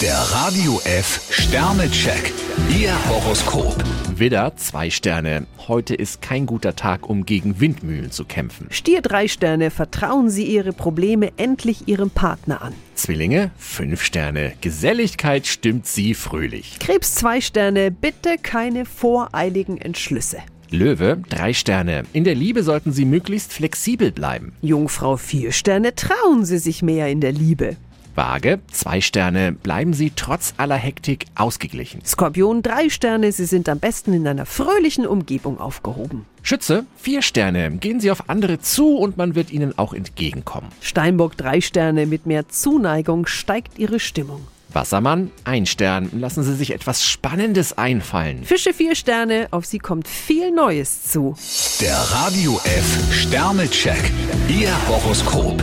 Der Radio F Sternecheck. Ihr Horoskop. Widder, zwei Sterne. Heute ist kein guter Tag, um gegen Windmühlen zu kämpfen. Stier drei Sterne, vertrauen Sie Ihre Probleme endlich Ihrem Partner an. Zwillinge, fünf Sterne. Geselligkeit stimmt sie fröhlich. Krebs zwei Sterne, bitte keine voreiligen Entschlüsse. Löwe, drei Sterne. In der Liebe sollten sie möglichst flexibel bleiben. Jungfrau vier Sterne, trauen Sie sich mehr in der Liebe. Waage, zwei Sterne. Bleiben sie trotz aller Hektik ausgeglichen. Skorpion drei Sterne, Sie sind am besten in einer fröhlichen Umgebung aufgehoben. Schütze, vier Sterne. Gehen sie auf andere zu und man wird ihnen auch entgegenkommen. Steinbock drei Sterne, mit mehr Zuneigung steigt Ihre Stimmung. Wassermann, ein Stern. Lassen sie sich etwas Spannendes einfallen. Fische vier Sterne, auf Sie kommt viel Neues zu. Der Radio F Sternecheck. Ihr Horoskop.